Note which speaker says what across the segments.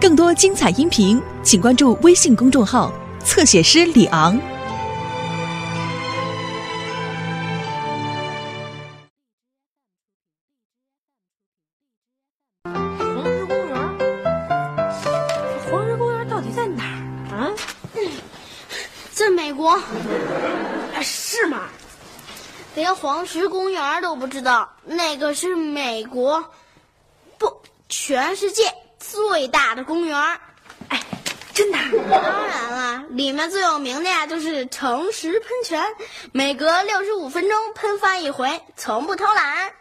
Speaker 1: 更多精彩音频，请关注微信公众号“侧写师李昂”。
Speaker 2: 黄石公园儿，这黄石公园儿到底在哪儿啊？
Speaker 3: 在美国，
Speaker 2: 哎，是吗？
Speaker 3: 连黄石公园都不知道，那个是美国，不，全世界最大的公园。
Speaker 2: 哎，真的啊？
Speaker 3: 当然啦，里面最有名的呀就是诚实喷泉，每隔六十五分钟喷发一回，从不偷懒。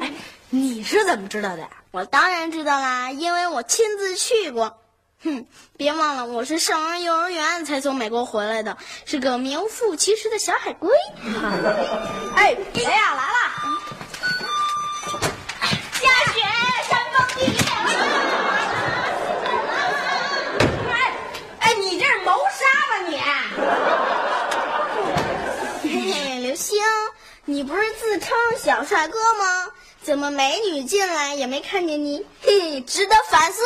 Speaker 2: 哎，你是怎么知道的？
Speaker 3: 我当然知道啦，因为我亲自去过。哼，别忘了，我是上完幼儿园才从美国回来的，是个名副其实的小海龟。
Speaker 2: 哎，别呀，来了。
Speaker 3: 下雪，山崩地裂。
Speaker 2: 哎哎，你这是谋杀吧
Speaker 3: 嘿嘿，刘星，你不是自称小帅哥吗？怎么美女进来也没看见你？ 嘿嘿，值得反思。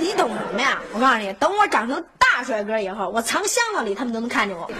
Speaker 2: 你？你懂什么呀？我告诉你，等我长成大帅哥以后，我藏箱子里，他们都能看见我。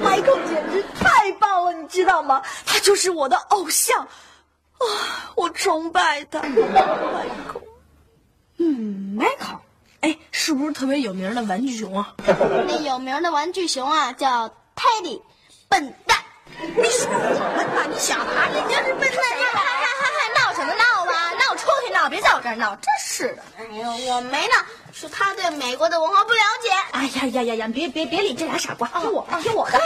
Speaker 4: Michael 简直太棒了，你知道吗？他就是我的偶像，啊，我崇拜他。Michael，嗯
Speaker 2: Michael，哎，是不是特别有名的玩具熊啊？
Speaker 3: 那有名的玩具熊啊，叫 Teddy，笨蛋。
Speaker 4: 你说我们吧，你想啊，人家是被
Speaker 3: 那你还还还还闹什么闹
Speaker 4: 啊
Speaker 3: 吧？闹出去闹，别在我这儿闹，真是的。哎呦，我没闹，是他对美国的文化不了解。
Speaker 4: 哎呀呀呀呀！别别别理这俩傻瓜，听我的，听哦我的。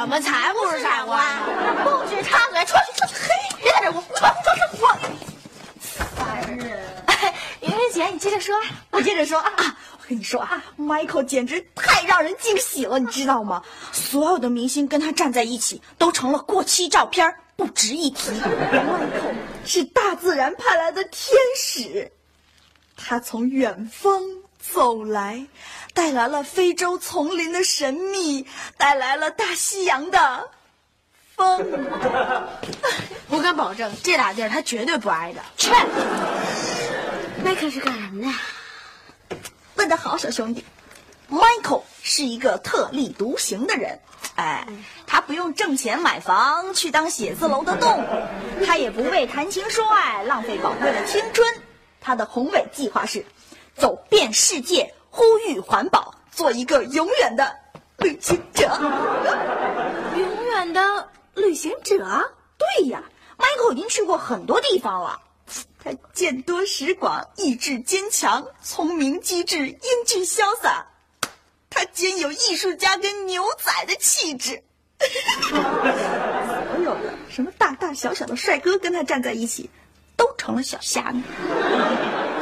Speaker 2: 我们才不是傻瓜呢！
Speaker 3: 不许插嘴，出去出去，嘿，别在这屋，出去出去，我。
Speaker 4: 袁哎云姐，你接着说，我接着说啊！我跟你说啊，Michael 简直太让人惊喜了，你知道吗？所有的明星跟他站在一起，都成了过期照片，不值一提。Michael 是大自然派来的天使，他从远方走来，带来了非洲丛林的神秘，带来了大西洋的风。
Speaker 2: 我敢保证，这俩地儿他绝对不挨着。
Speaker 4: 去。
Speaker 3: Michael 是干什么的？
Speaker 4: 问得好，小兄弟。Michael 是一个特立独行的人，哎，他不用挣钱买房去当写字楼的动物，他也不为谈情说爱浪费宝贵的青春。他的宏伟计划是走遍世界，呼吁环保，做一个永远的旅行者。
Speaker 2: 永远的旅行者。
Speaker 4: 对呀，Michael 已经去过很多地方了。他见多识广，意志坚强，聪明机智，英俊潇洒。他兼有艺术家跟牛仔的气质。 所有的什么大大小小的帅哥跟他站在一起，都成了小虾米。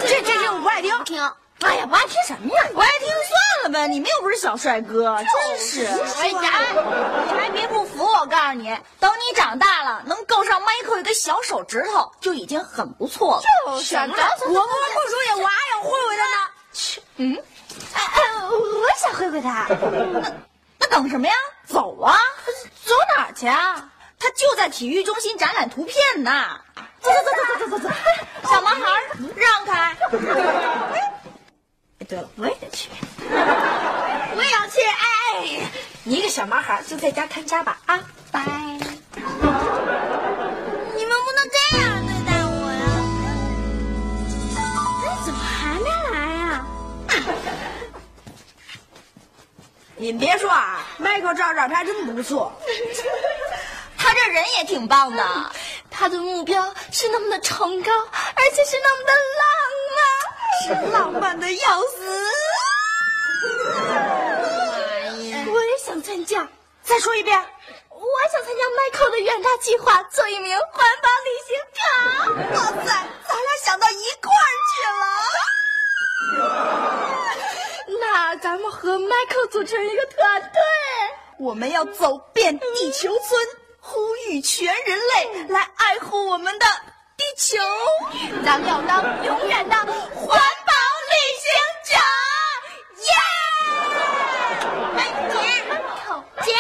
Speaker 2: 这这这我不爱听。
Speaker 3: 听，
Speaker 2: 哎呀，不爱听什么呀？
Speaker 4: 我爱哎听算了呗，你们又不是小帅哥，真是。
Speaker 3: 哎呀，
Speaker 4: 你还别不服，我告诉你，等你长大了，能够上 Michael 一个小手指头就已经很不错了。
Speaker 3: 就是啊
Speaker 2: 我摸不出去，我还有慧慧的呢。
Speaker 4: 哎哎，我想会会他。那那等什么呀？走啊！走哪儿去啊？他就在体育中心展览图片呢。走走走走走走走走！ 小毛孩儿，让开！哎，对了，我也得 去。
Speaker 3: 我也要去，哎。
Speaker 2: 你一个小毛孩儿就在家看家吧啊！
Speaker 3: 拜。你们不能这样对待我呀！哎啊
Speaker 2: 你们别说啊，Michael 这张照片还真不错。
Speaker 4: 他这人也挺棒 的。
Speaker 3: 他的目标是那么的崇高，而且是那么的浪漫，是浪漫的要死。我也想参加，
Speaker 4: 再说一遍，
Speaker 3: 我还想参加 Michael 的远大计划，做一名环保旅行家。哇塞，咱俩想到一块儿去了。那咱们和 Michael 组成一个团队。
Speaker 4: 我们要走遍地球村，呼吁全人类来爱护我们的地球。
Speaker 3: 咱们要当永远的环保旅行者，耶！
Speaker 4: 哎
Speaker 3: 姐，姐，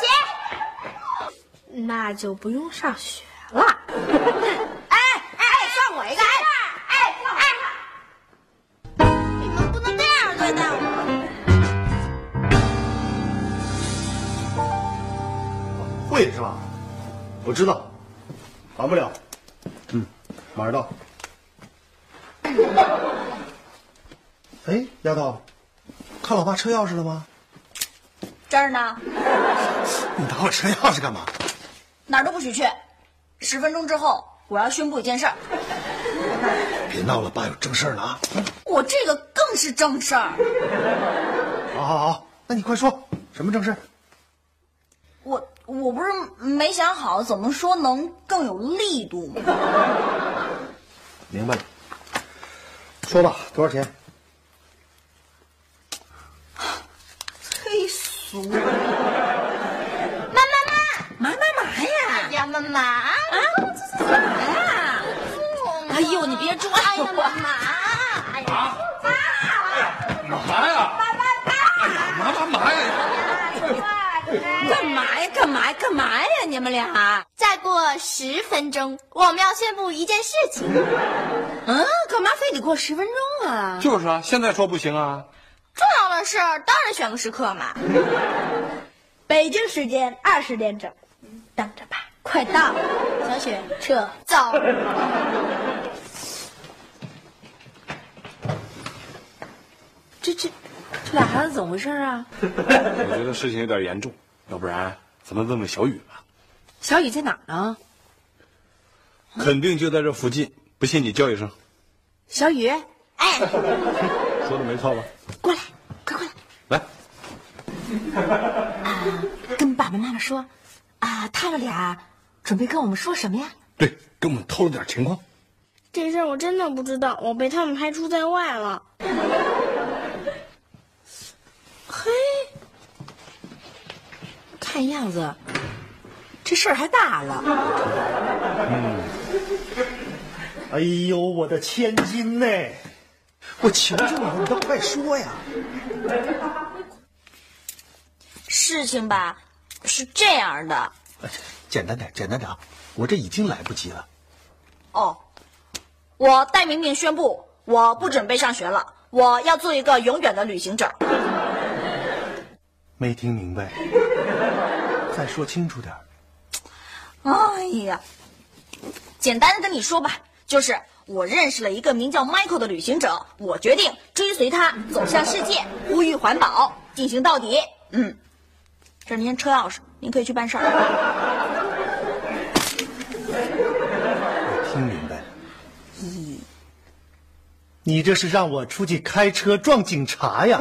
Speaker 3: 姐，
Speaker 2: 那就不用上学了。哎哎哎，算我一个！哎哎哎。
Speaker 3: 你们不能这样对待我。
Speaker 5: 会是吧？我知道，晚不了。嗯，马上到。哎，丫头，看老爸车钥匙了吗？
Speaker 4: 这儿呢，
Speaker 5: 你拿我车钥匙干嘛？
Speaker 4: 哪儿都不许去。十分钟之后，我要宣布一件事儿，
Speaker 5: 别闹了，爸有正事儿呢啊！
Speaker 4: 我这个更是正事儿。
Speaker 5: 好好好，那你快说，什么正事儿？
Speaker 4: 我我不是没想好怎么说能更有力度吗？
Speaker 5: 明白了。说吧，多少钱？
Speaker 4: 忒俗！
Speaker 3: 哎呀，妈妈啊！
Speaker 4: 哎呦，你别拽
Speaker 3: 哎呀，妈
Speaker 4: 我！
Speaker 3: 妈！哎呀，
Speaker 6: 干嘛呀？哎呀，妈干嘛呀？
Speaker 4: 干嘛呀？干嘛呀？干嘛呀？你们俩？
Speaker 3: 再过十分钟，我们要宣布一件事情。
Speaker 4: 嗯，干嘛非得过十分钟啊？
Speaker 6: 就是啊，现在说不行啊。
Speaker 3: 重要的事儿当然选个时刻嘛。
Speaker 2: 北京时间二十点整，等着吧，快到了。小雪，撤。
Speaker 3: 走。
Speaker 2: 这这这俩孩子怎么回事啊？
Speaker 6: 我觉得事情有点严重，要不然咱们问问小雨吧，
Speaker 2: 小雨在哪儿呢？
Speaker 6: 肯定就在这附近。不信你叫一声，
Speaker 2: 小雨，
Speaker 3: 哎，
Speaker 6: 说的没错吧？
Speaker 2: 过来，快过来，
Speaker 6: 来，
Speaker 2: 跟爸爸妈妈说，啊，他们俩准备跟我们说什么呀？
Speaker 6: 对，给我们透露点情况。
Speaker 3: 这事儿我真的不知道，我被他们排除在外了。嘿，
Speaker 2: 看样子，这事儿还大了。
Speaker 5: 哎呦，我的千金呢！我求求你了，你倒快说呀！
Speaker 4: 事情吧，是这样的。
Speaker 5: 哎简单点，简单点啊！我这已经来不及了。
Speaker 4: 哦，我戴明明宣布，我不准备上学了，我要做一个永远的旅行者。
Speaker 5: 没听明白，再说清楚点儿。
Speaker 4: 哎呀，简单的跟你说吧，就是我认识了一个名叫 Michael 的旅行者，我决定追随他走向世界，呼吁环保，进行到底。嗯，这是您的车钥匙，您可以去办事儿。
Speaker 5: 我听明白了。你这是让我出去开车撞警察呀，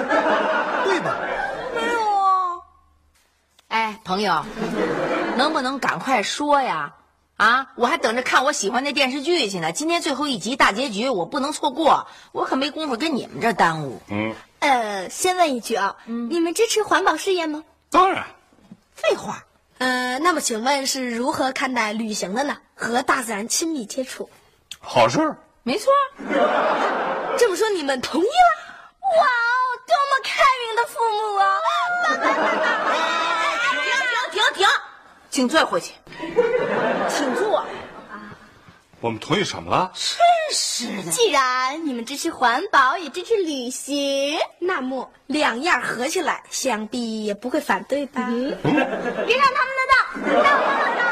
Speaker 5: 对吧？
Speaker 4: 没有啊，
Speaker 7: 哎，朋友，能不能赶快说呀？啊，我还等着看我喜欢的电视剧去呢。今天最后一集大结局，我不能错过，我可没工夫跟你们这耽误。
Speaker 6: 嗯
Speaker 7: 嗯
Speaker 3: 呃，先问一句啊，你们支持环保事业吗？
Speaker 6: 当然，
Speaker 7: 废话，
Speaker 3: 呃，那么请问是如何看待旅行的呢？和大自然亲密接触。
Speaker 6: 好事儿。
Speaker 7: 没错，
Speaker 3: 这么说你们同意了？哇哦，多么开明的父母啊！
Speaker 4: 停停停，
Speaker 7: 请坐回去。
Speaker 4: 请坐。
Speaker 6: 我们同意什么了？
Speaker 3: 既然你们支持环保，也支持旅行，
Speaker 2: 那么两样合起来，想必也不会反对吧？
Speaker 3: 嗯别让他们得到。当当当！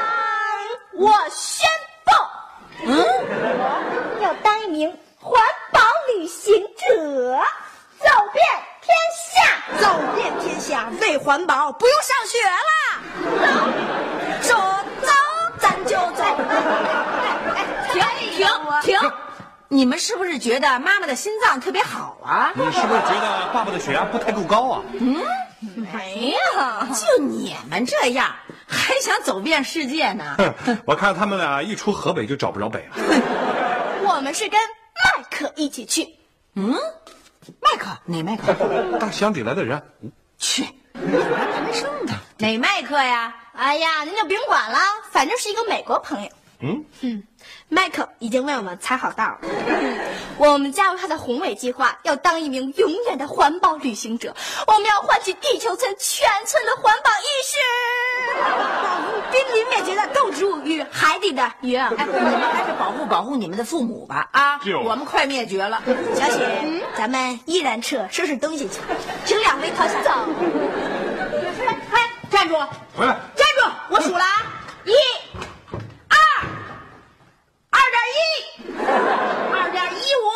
Speaker 3: 我宣布，嗯，要当一名环保旅行者，走遍天下，走遍天下。
Speaker 8: 环保，不用上学啦。走，走，咱就走。
Speaker 4: 停哎停停！你们是不是觉得妈妈的心脏特别好啊？
Speaker 6: 你是不是觉得爸爸的血压不太够高啊？
Speaker 4: 没有，就你们这样，还想走遍世界呢？
Speaker 6: 我看他们俩一出河北就找不着北了。
Speaker 3: 我们是跟麦克一起去，
Speaker 4: 麦克，哪麦克？
Speaker 6: 大箱里来的人，
Speaker 4: 去，哪麦克呀？
Speaker 3: 哎呀，您就甭管了，反正是一个美国朋友。嗯
Speaker 9: 麦克已经为我们猜好道了。
Speaker 3: 我们加入他的宏伟计划，要当一名永远的环保旅行者。我们要唤起地球村全村的环保意识。
Speaker 9: 濒临灭绝的动植物与海底的鱼啊！
Speaker 4: 哎，你们还是保护保护你们的父母吧啊！
Speaker 6: 就
Speaker 4: 我们快灭绝了。
Speaker 9: 小雪，咱们依然撤，收拾东西去。请两位同行走。
Speaker 4: 哎，站住！
Speaker 6: 回来。
Speaker 4: 站住！我数了啊，
Speaker 8: 嗯
Speaker 4: 一、二、二点一、二点一五。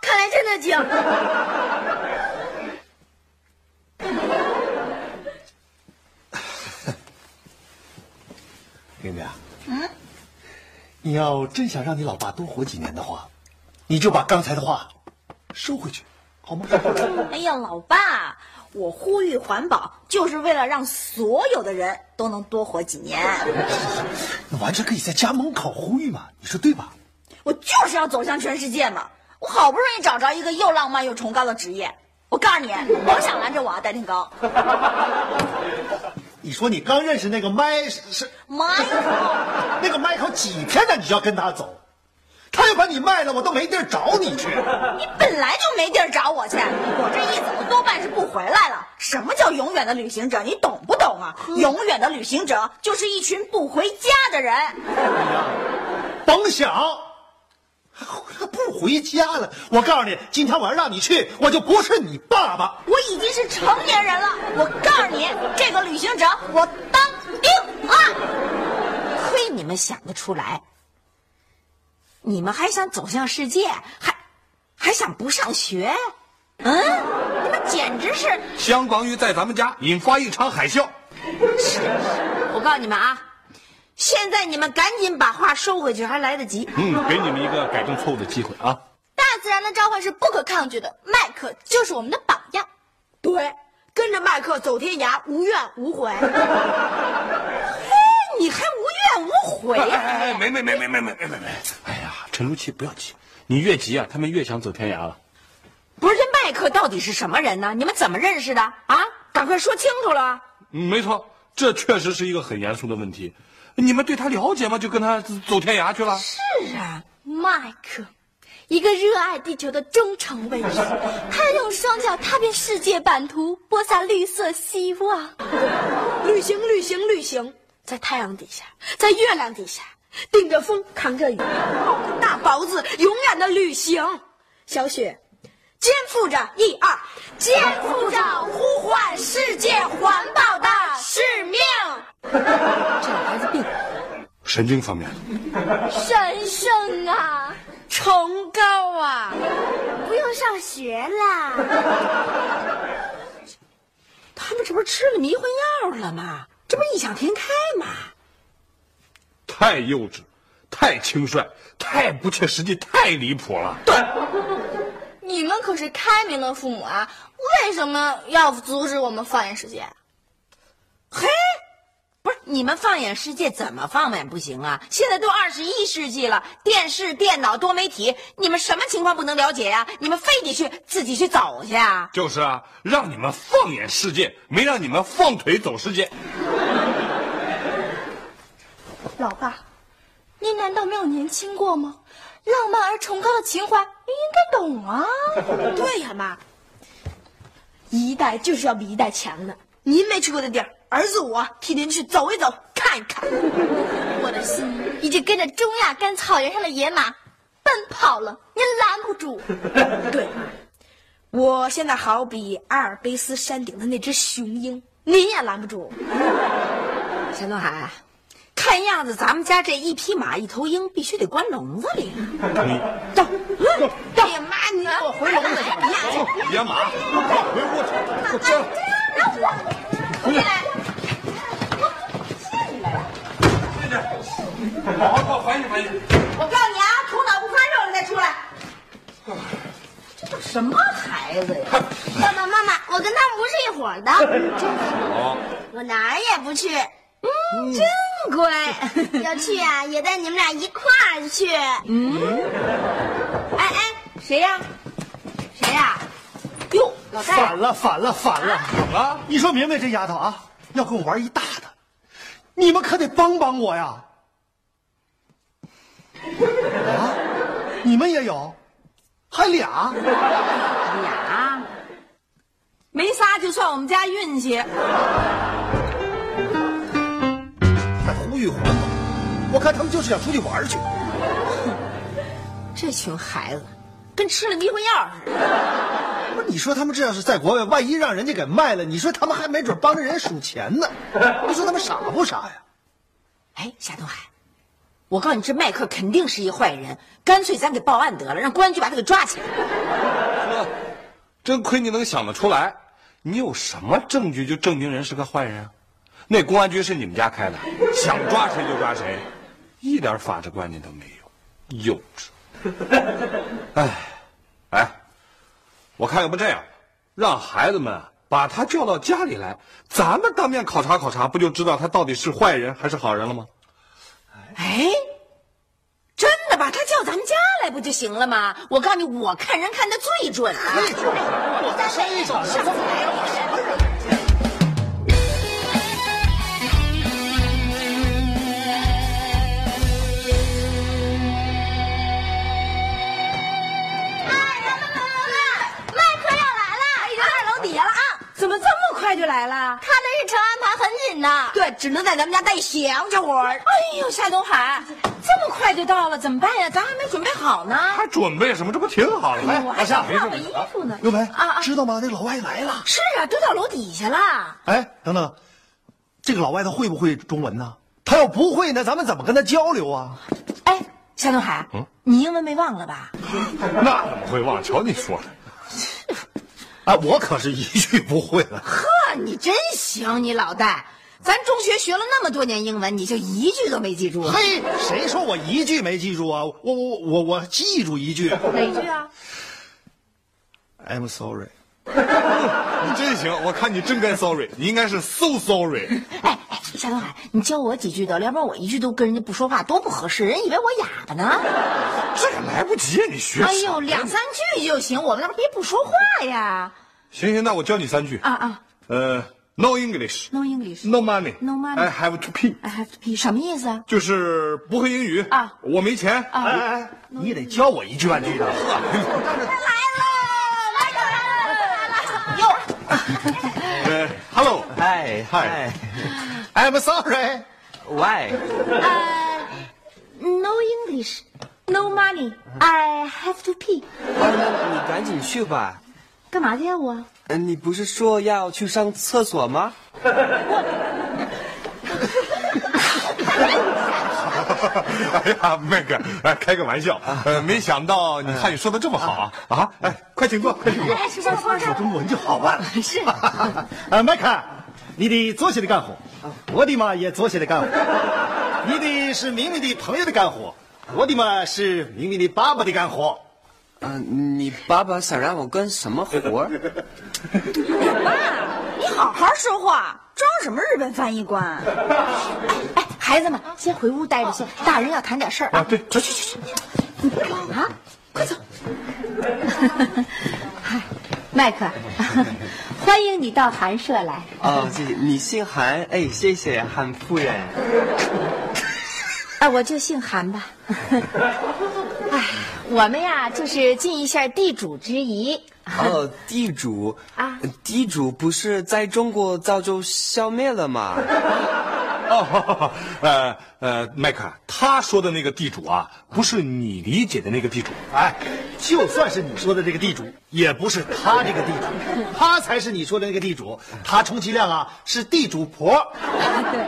Speaker 4: 看来真的精。
Speaker 10: 冰冰，嗯，你要真想让你老爸多活几年的话，你就把刚才的话收回去，好吗？
Speaker 8: 哎呀，老爸，我呼吁环保，就是为了让所有的人都能多活几年。
Speaker 10: 那完全可以在家门口呼吁嘛，你说对吧？
Speaker 8: 我就是要走向全世界嘛！我好不容易找着一个又浪漫又崇高的职业，我告诉你，甭想拦着我啊，戴天高。
Speaker 10: 你说你刚认识那个麦是是
Speaker 8: 妈呀！
Speaker 10: 那个麦考几天了，你就要跟他走，他要把你卖了，我都没地儿找你去。
Speaker 8: 你本来就没地儿找我去，我这一走多半是不回来了。什么叫永远的旅行者？你懂不懂啊？永远的旅行者就是一群不回家的人。
Speaker 10: 甭想， 他不回家了。我告诉你，今天晚上让你去，我就不是你爸爸。
Speaker 8: 我已经是成年人了，我告诉你，这个旅行者我当定了。
Speaker 4: 啊亏你们想得出来，你们还想走向世界，还还想不上学？嗯，你们简直是……
Speaker 6: 香港鱼在咱们家引发一场海啸。
Speaker 4: 我告诉你们啊，现在你们赶紧把话收回去，还来得及。
Speaker 6: 嗯，给你们一个改正错误的机会啊！
Speaker 3: 大自然的召唤是不可抗拒的，麦克就是我们的榜样。
Speaker 9: 对，跟着麦克走天涯，无怨无悔。
Speaker 4: 你还无怨无悔
Speaker 6: 哎
Speaker 4: 呀、
Speaker 6: 哎哎，没没没没没没没没没！哎呀，陈露琪，不要急，你越急啊，他们越想走天涯了。
Speaker 4: 不是这麦克到底是什么人呢？你们怎么认识的啊？赶快说清楚了。
Speaker 6: 嗯，没错，这确实是一个很严肃的问题。你们对他了解吗？就跟他走天涯去了？
Speaker 3: 麦克，一个热爱地球的忠诚卫士，他用双脚踏遍世界版图，播撒绿色希望。
Speaker 9: 旅行，旅行，旅行，在太阳底下，在月亮底下，顶着风，扛着雨，抱
Speaker 4: 哦
Speaker 9: 着大包子，勇敢的旅行。小雪，肩负着一二，肩
Speaker 4: 哦
Speaker 9: 负着呼唤世界环保的使命。
Speaker 6: 神经方面，
Speaker 3: 神圣啊，
Speaker 9: 崇高啊！
Speaker 3: 不用上学啦。
Speaker 4: 他们这不是吃了迷魂药了吗？这不是异想天开吗？
Speaker 6: 太幼稚，太轻率，太不切实际，太离谱了。对，
Speaker 3: 你们可是开明的父母啊，为什么要阻止我们放眼世界？
Speaker 4: 嘿，不是你们放眼世界怎么放眼不行啊？现在都二十一世纪了，电视、电脑、多媒体，你们什么情况不能了解呀、你们非得去自己去找去啊？
Speaker 6: 就是啊，让你们放眼世界，没让你们放腿走世界。
Speaker 3: 老爸，您难道没有年轻过吗？浪漫而崇高的情怀，您应该懂啊。
Speaker 9: 对呀、妈，一代就是要比一代强的。您没去过的地儿，儿子我替您去走一走，看一看。
Speaker 3: 我的心已经跟着中亚干草原上的野马奔跑了，您拦 不住。
Speaker 9: 对，我现在好比阿尔卑斯山顶的那只雄鹰，您也拦不住。
Speaker 4: 陈东海，看样子咱们家这一匹马、一头鹰必须得关笼子里了。走，嗯哎呀妈，你给我回笼子去！
Speaker 6: 野马，快回屋去，给我进来。点，好好缓解缓解。
Speaker 11: 我告诉你啊，头脑不发热了再出来。
Speaker 4: 什么孩子呀？
Speaker 3: 爸爸妈妈，我跟他们不是一伙儿的，
Speaker 4: 哎
Speaker 6: 好，
Speaker 3: 我哪儿也不去，
Speaker 4: 真乖。
Speaker 3: 要去啊也带你们俩一块儿去。嗯
Speaker 4: 哎哎，谁呀？谁呀？哟，老戴，
Speaker 5: 反了，反了，反了！
Speaker 6: 怎么了？
Speaker 5: 你说明明这丫头啊，要跟我玩一大的，你们可得帮帮我呀！啊，你们也有，还俩？
Speaker 4: 俩没仨就算我们家运气。
Speaker 5: 还呼吁环保，我看他们就是想出去玩去。
Speaker 4: 这群孩子跟吃了迷魂药似的。
Speaker 5: 不是，你说他们这要是在国外，万一让人家给卖了，你说他们还没准帮着人数钱呢。你说他们傻不傻呀？
Speaker 4: 哎，夏东海，我告诉你，这麦克肯定是一坏人，干脆咱给报案得了，让公安局把他给抓起来。
Speaker 6: 真亏你能想得出来，你有什么证据就证明人是个坏人啊？那公安局是你们家开的，想抓谁就抓谁，一点法治观念都没有，幼稚。 哎，哎，我看要不这样，让孩子们啊把他叫到家里来，咱们当面考察考察，不就知道他到底是坏人还是好人了吗？
Speaker 4: 哎，真的把他叫咱们家来不就行了吗？我告诉你，我看人看的最准了。
Speaker 5: 我在身上呢，怎么什么人？
Speaker 3: 哎麦克要来了，
Speaker 11: 已经在楼底下了啊！怎么这么快就来了？
Speaker 3: 他的日程安排很紧的。
Speaker 11: 对，只能在咱们家待一宿，这会儿。
Speaker 4: 哎呦，夏东海，这么快就到了，怎么办呀？咱还没准备好呢。哎
Speaker 6: 还准备什么？这不挺好了吗？
Speaker 4: 我
Speaker 5: 哎老
Speaker 4: 还
Speaker 5: 夏
Speaker 4: 想换个衣
Speaker 6: 哎
Speaker 4: 服呢。
Speaker 5: 刘梅
Speaker 4: 啊啊，
Speaker 5: 知道吗？那老外来了。
Speaker 4: 是啊，都到楼底下了。
Speaker 5: 哎，等等，这个老外他会不会中文呢？他要不会呢，咱们怎么跟他交流啊？
Speaker 4: 哎，夏东海，
Speaker 5: 嗯
Speaker 4: 你英文没忘了吧？
Speaker 6: 那怎么会忘？瞧你说的。
Speaker 5: 啊，我可是一句不会了。
Speaker 4: 呵，你真行，你老戴。咱中学学了那么多年英文，你就一句都没记住？啊
Speaker 5: 嘿，谁说我一句没记住啊？我我我我记住一句
Speaker 4: 哪句啊？
Speaker 5: ，I'm sorry。
Speaker 6: 你真行，我看你真该 sorry，你应该是 so sorry。
Speaker 4: 哎哎，夏东海，你教我几句得了，要不然我一句都跟人家不说话，多不合适，人以为我哑巴呢。
Speaker 6: 这个来不及，啊你学
Speaker 4: 哎呦，两三句就行，我们那别不说话呀。
Speaker 6: 行行，那我教你三句。
Speaker 4: 啊啊
Speaker 6: 呃，no English。
Speaker 4: ，No English，
Speaker 6: No money,
Speaker 4: No money
Speaker 6: I have to pee，
Speaker 4: I have to pee，什么意思啊？
Speaker 6: 就是不会英语
Speaker 4: 啊
Speaker 6: 我没钱
Speaker 5: 哎哎哎，你得教我一句半句的。
Speaker 6: 呃，hello，
Speaker 12: 嗨
Speaker 5: 嗨，I'm sorry。
Speaker 12: ，Why？
Speaker 3: No English, no money, I have to pee。
Speaker 12: 呃你赶紧去吧。
Speaker 3: 干嘛去呀我？
Speaker 12: 呃，你不是说要去上厕所吗？
Speaker 6: 哎呀，那个，哎，开个玩笑，呃，没想到你汉语说的这么好啊啊！哎，快请坐，快请坐。
Speaker 3: 哎
Speaker 5: 说中文就好办了。是。 啊，麦克，你的左手的干活，我的嘛也左手的干活。你的是明明的朋友的干活，我的嘛是明明的爸爸的干活。
Speaker 12: 啊、你爸爸想让我干什么活儿？
Speaker 13: 你好好说话，装什么日本翻译官？
Speaker 4: 哎，孩子们先回屋待着去，大人要谈点事儿啊。啊对，去去去去，你干嘛？快 走！嗨，麦克， 欢迎你到寒舍来。
Speaker 12: 哦，谢谢，你姓韩，哎，谢谢韩夫 人。
Speaker 4: 啊，我就姓韩吧。 哎，我们呀，就是尽一下地主之谊。
Speaker 12: 哦，地主
Speaker 4: 啊，
Speaker 12: 地主不是在中国早就消灭了吗？
Speaker 6: 哦， 呃呃，麦克，他说的那个地主啊，不是你理解的那个地主。
Speaker 5: 哎，就算是你说的这个地主，也不是他这个地主，他才是你说的那个地主。他充其量啊是地主婆。对。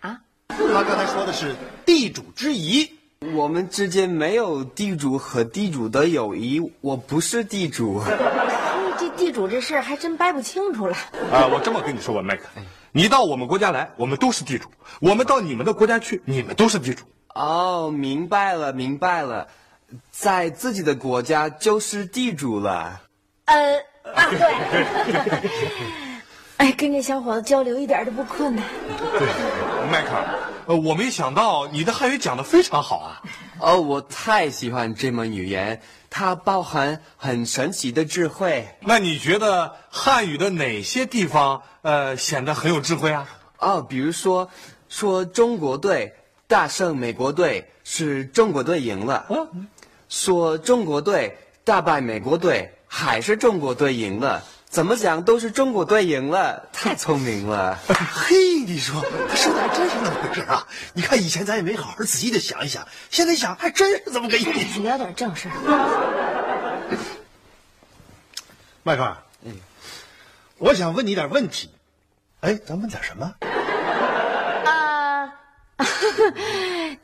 Speaker 5: 啊，他刚才说的是地主之谊。
Speaker 12: 我们之间没有地主和地主的友谊，我不是地主。
Speaker 4: 这地主这事儿还真掰不清楚了。
Speaker 6: 啊，我这么跟你说吧，麦克，你到我们国家来，我们都是地主；我们到你们的国家去，你们都是地主。
Speaker 12: 哦，明白了，明白了，在自己的国家就是地主了。
Speaker 4: 呃啊，对。哎，跟这小伙子交流一点都不困难。
Speaker 6: 迈克尔，呃，我没想到你的汉语讲得非常好啊！
Speaker 12: 哦，我太喜欢这门语言，它包含很神奇的智慧。
Speaker 6: 那你觉得汉语的哪些地方呃显得很有智慧啊？
Speaker 12: 哦，比如说，说中国队大胜美国队是中国队赢了，说中国队大败美国队还是中国队赢了，怎么讲都是中国队赢了，太聪明了。
Speaker 5: 嘿，你说他说的还真是那么回事啊！你看以前咱也没好好仔细的想一想，现在一想还真是这么个意思。
Speaker 3: 聊点正事儿。
Speaker 5: 迈克尔，我想问你点问题。嗯哎，咱问点什么？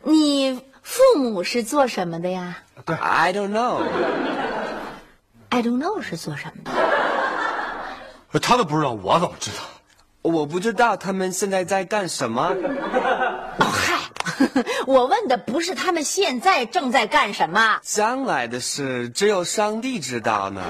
Speaker 4: 你父母是做什么的呀
Speaker 12: I don't know。
Speaker 4: ？I don't know 是做什么的？
Speaker 6: 呃他都不知道，我怎么知道？
Speaker 12: 我不知道他们现在在干什么。
Speaker 3: 哦我问的不是他们现在正在干什么。
Speaker 12: 将来的事只有上帝知道呢。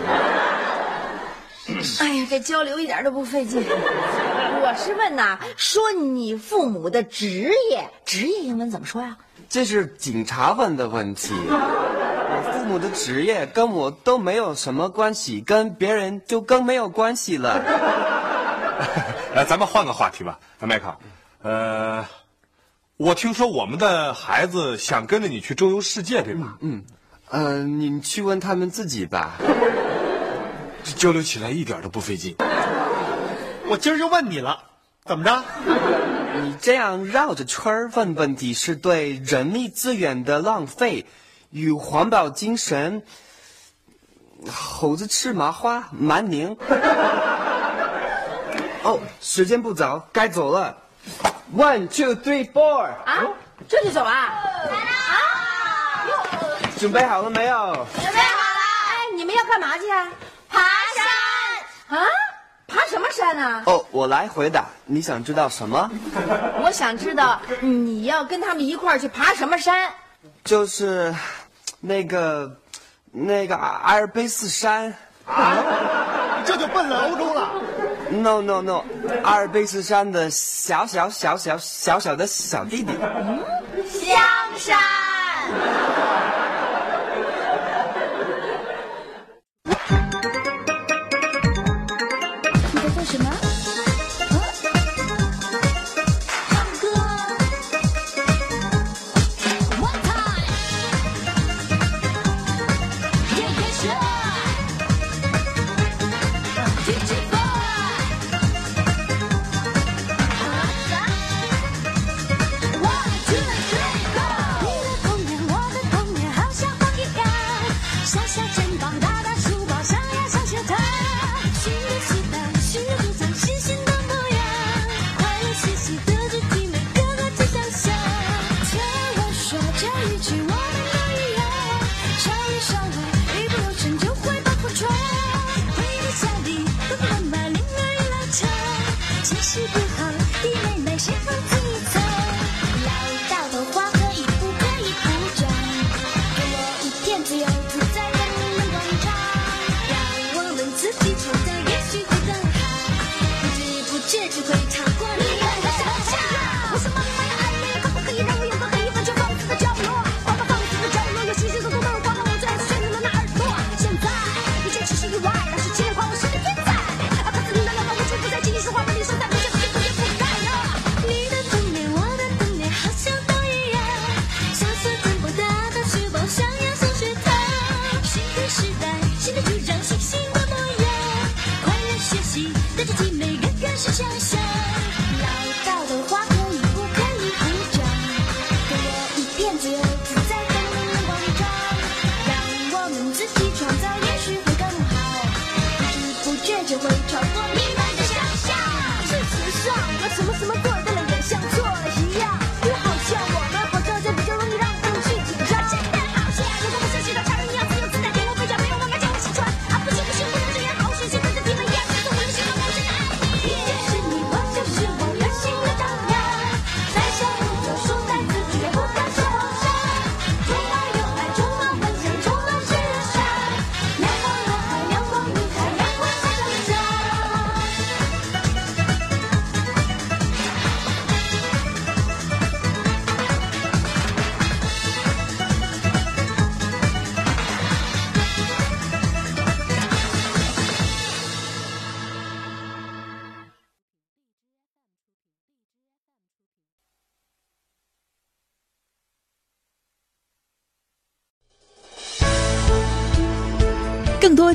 Speaker 4: 哎呀，这交流一点都不费劲。
Speaker 3: 我是问呐，说你父母的职业，职业英文怎么说呀？
Speaker 12: 这是警察问的问题。我父母的职业跟我都没有什么关系，跟别人就更没有关系了。
Speaker 6: 呃，咱们换个话题吧，呃迈克尔。呃，我听说我们的孩子想跟着你去周游世界，对吧？嗯，
Speaker 12: 嗯、你去问他们自己吧。
Speaker 6: 这交流起来一点都不费劲。
Speaker 5: 我今儿就问你了，怎么着？
Speaker 12: 你这样绕着圈儿问问题是对人力资源的浪费，与环保精神。猴子吃麻花，蛮宁。 哦，时间不早，该走了。One, two, three, four，
Speaker 3: 啊，这就走啊？
Speaker 12: 准备好了没有？
Speaker 3: 哎，你们要干嘛去啊？
Speaker 14: 爬山。
Speaker 3: 啊？爬什么山啊？
Speaker 12: 哦，我来回答，你想知道什么？
Speaker 3: 我想知道你要跟他们一块儿去爬什么山？
Speaker 12: 就是那个那个阿尔卑斯山
Speaker 5: 这就奔了欧洲了。
Speaker 12: ，no no no，阿尔卑斯山的小小小小小小的小弟弟。
Speaker 14: 香山。One, two, three, go！你的童年，我的童年，好像花一样，小小肩膀，大大书包，上呀上学堂，新的时代，新的主张，新鲜的模样，快乐学习，德智体美，个个都想象。听我说这一句，我们都一样，少一少来，一不留神就会把破窗。回到家里，爸爸妈妈淋雨来唱，情绪不好，弟妹妹谁放自在？老道的话可以不可以不讲？给我一片自由自在的梦广场，让我们自己创造，也许会更好。不知不觉就会超过你的想象。我是妈妈的爱人，可不可以让我有个可以完全放肆的角落？画个放肆的角落，有星星的多棒，画满我最爱炫动的那耳朵。现在一切只是意外，老师亲眼夸我是个天才。啊，可是你的老板无处不在，请你说话，把你说在不见不见不
Speaker 1: 更多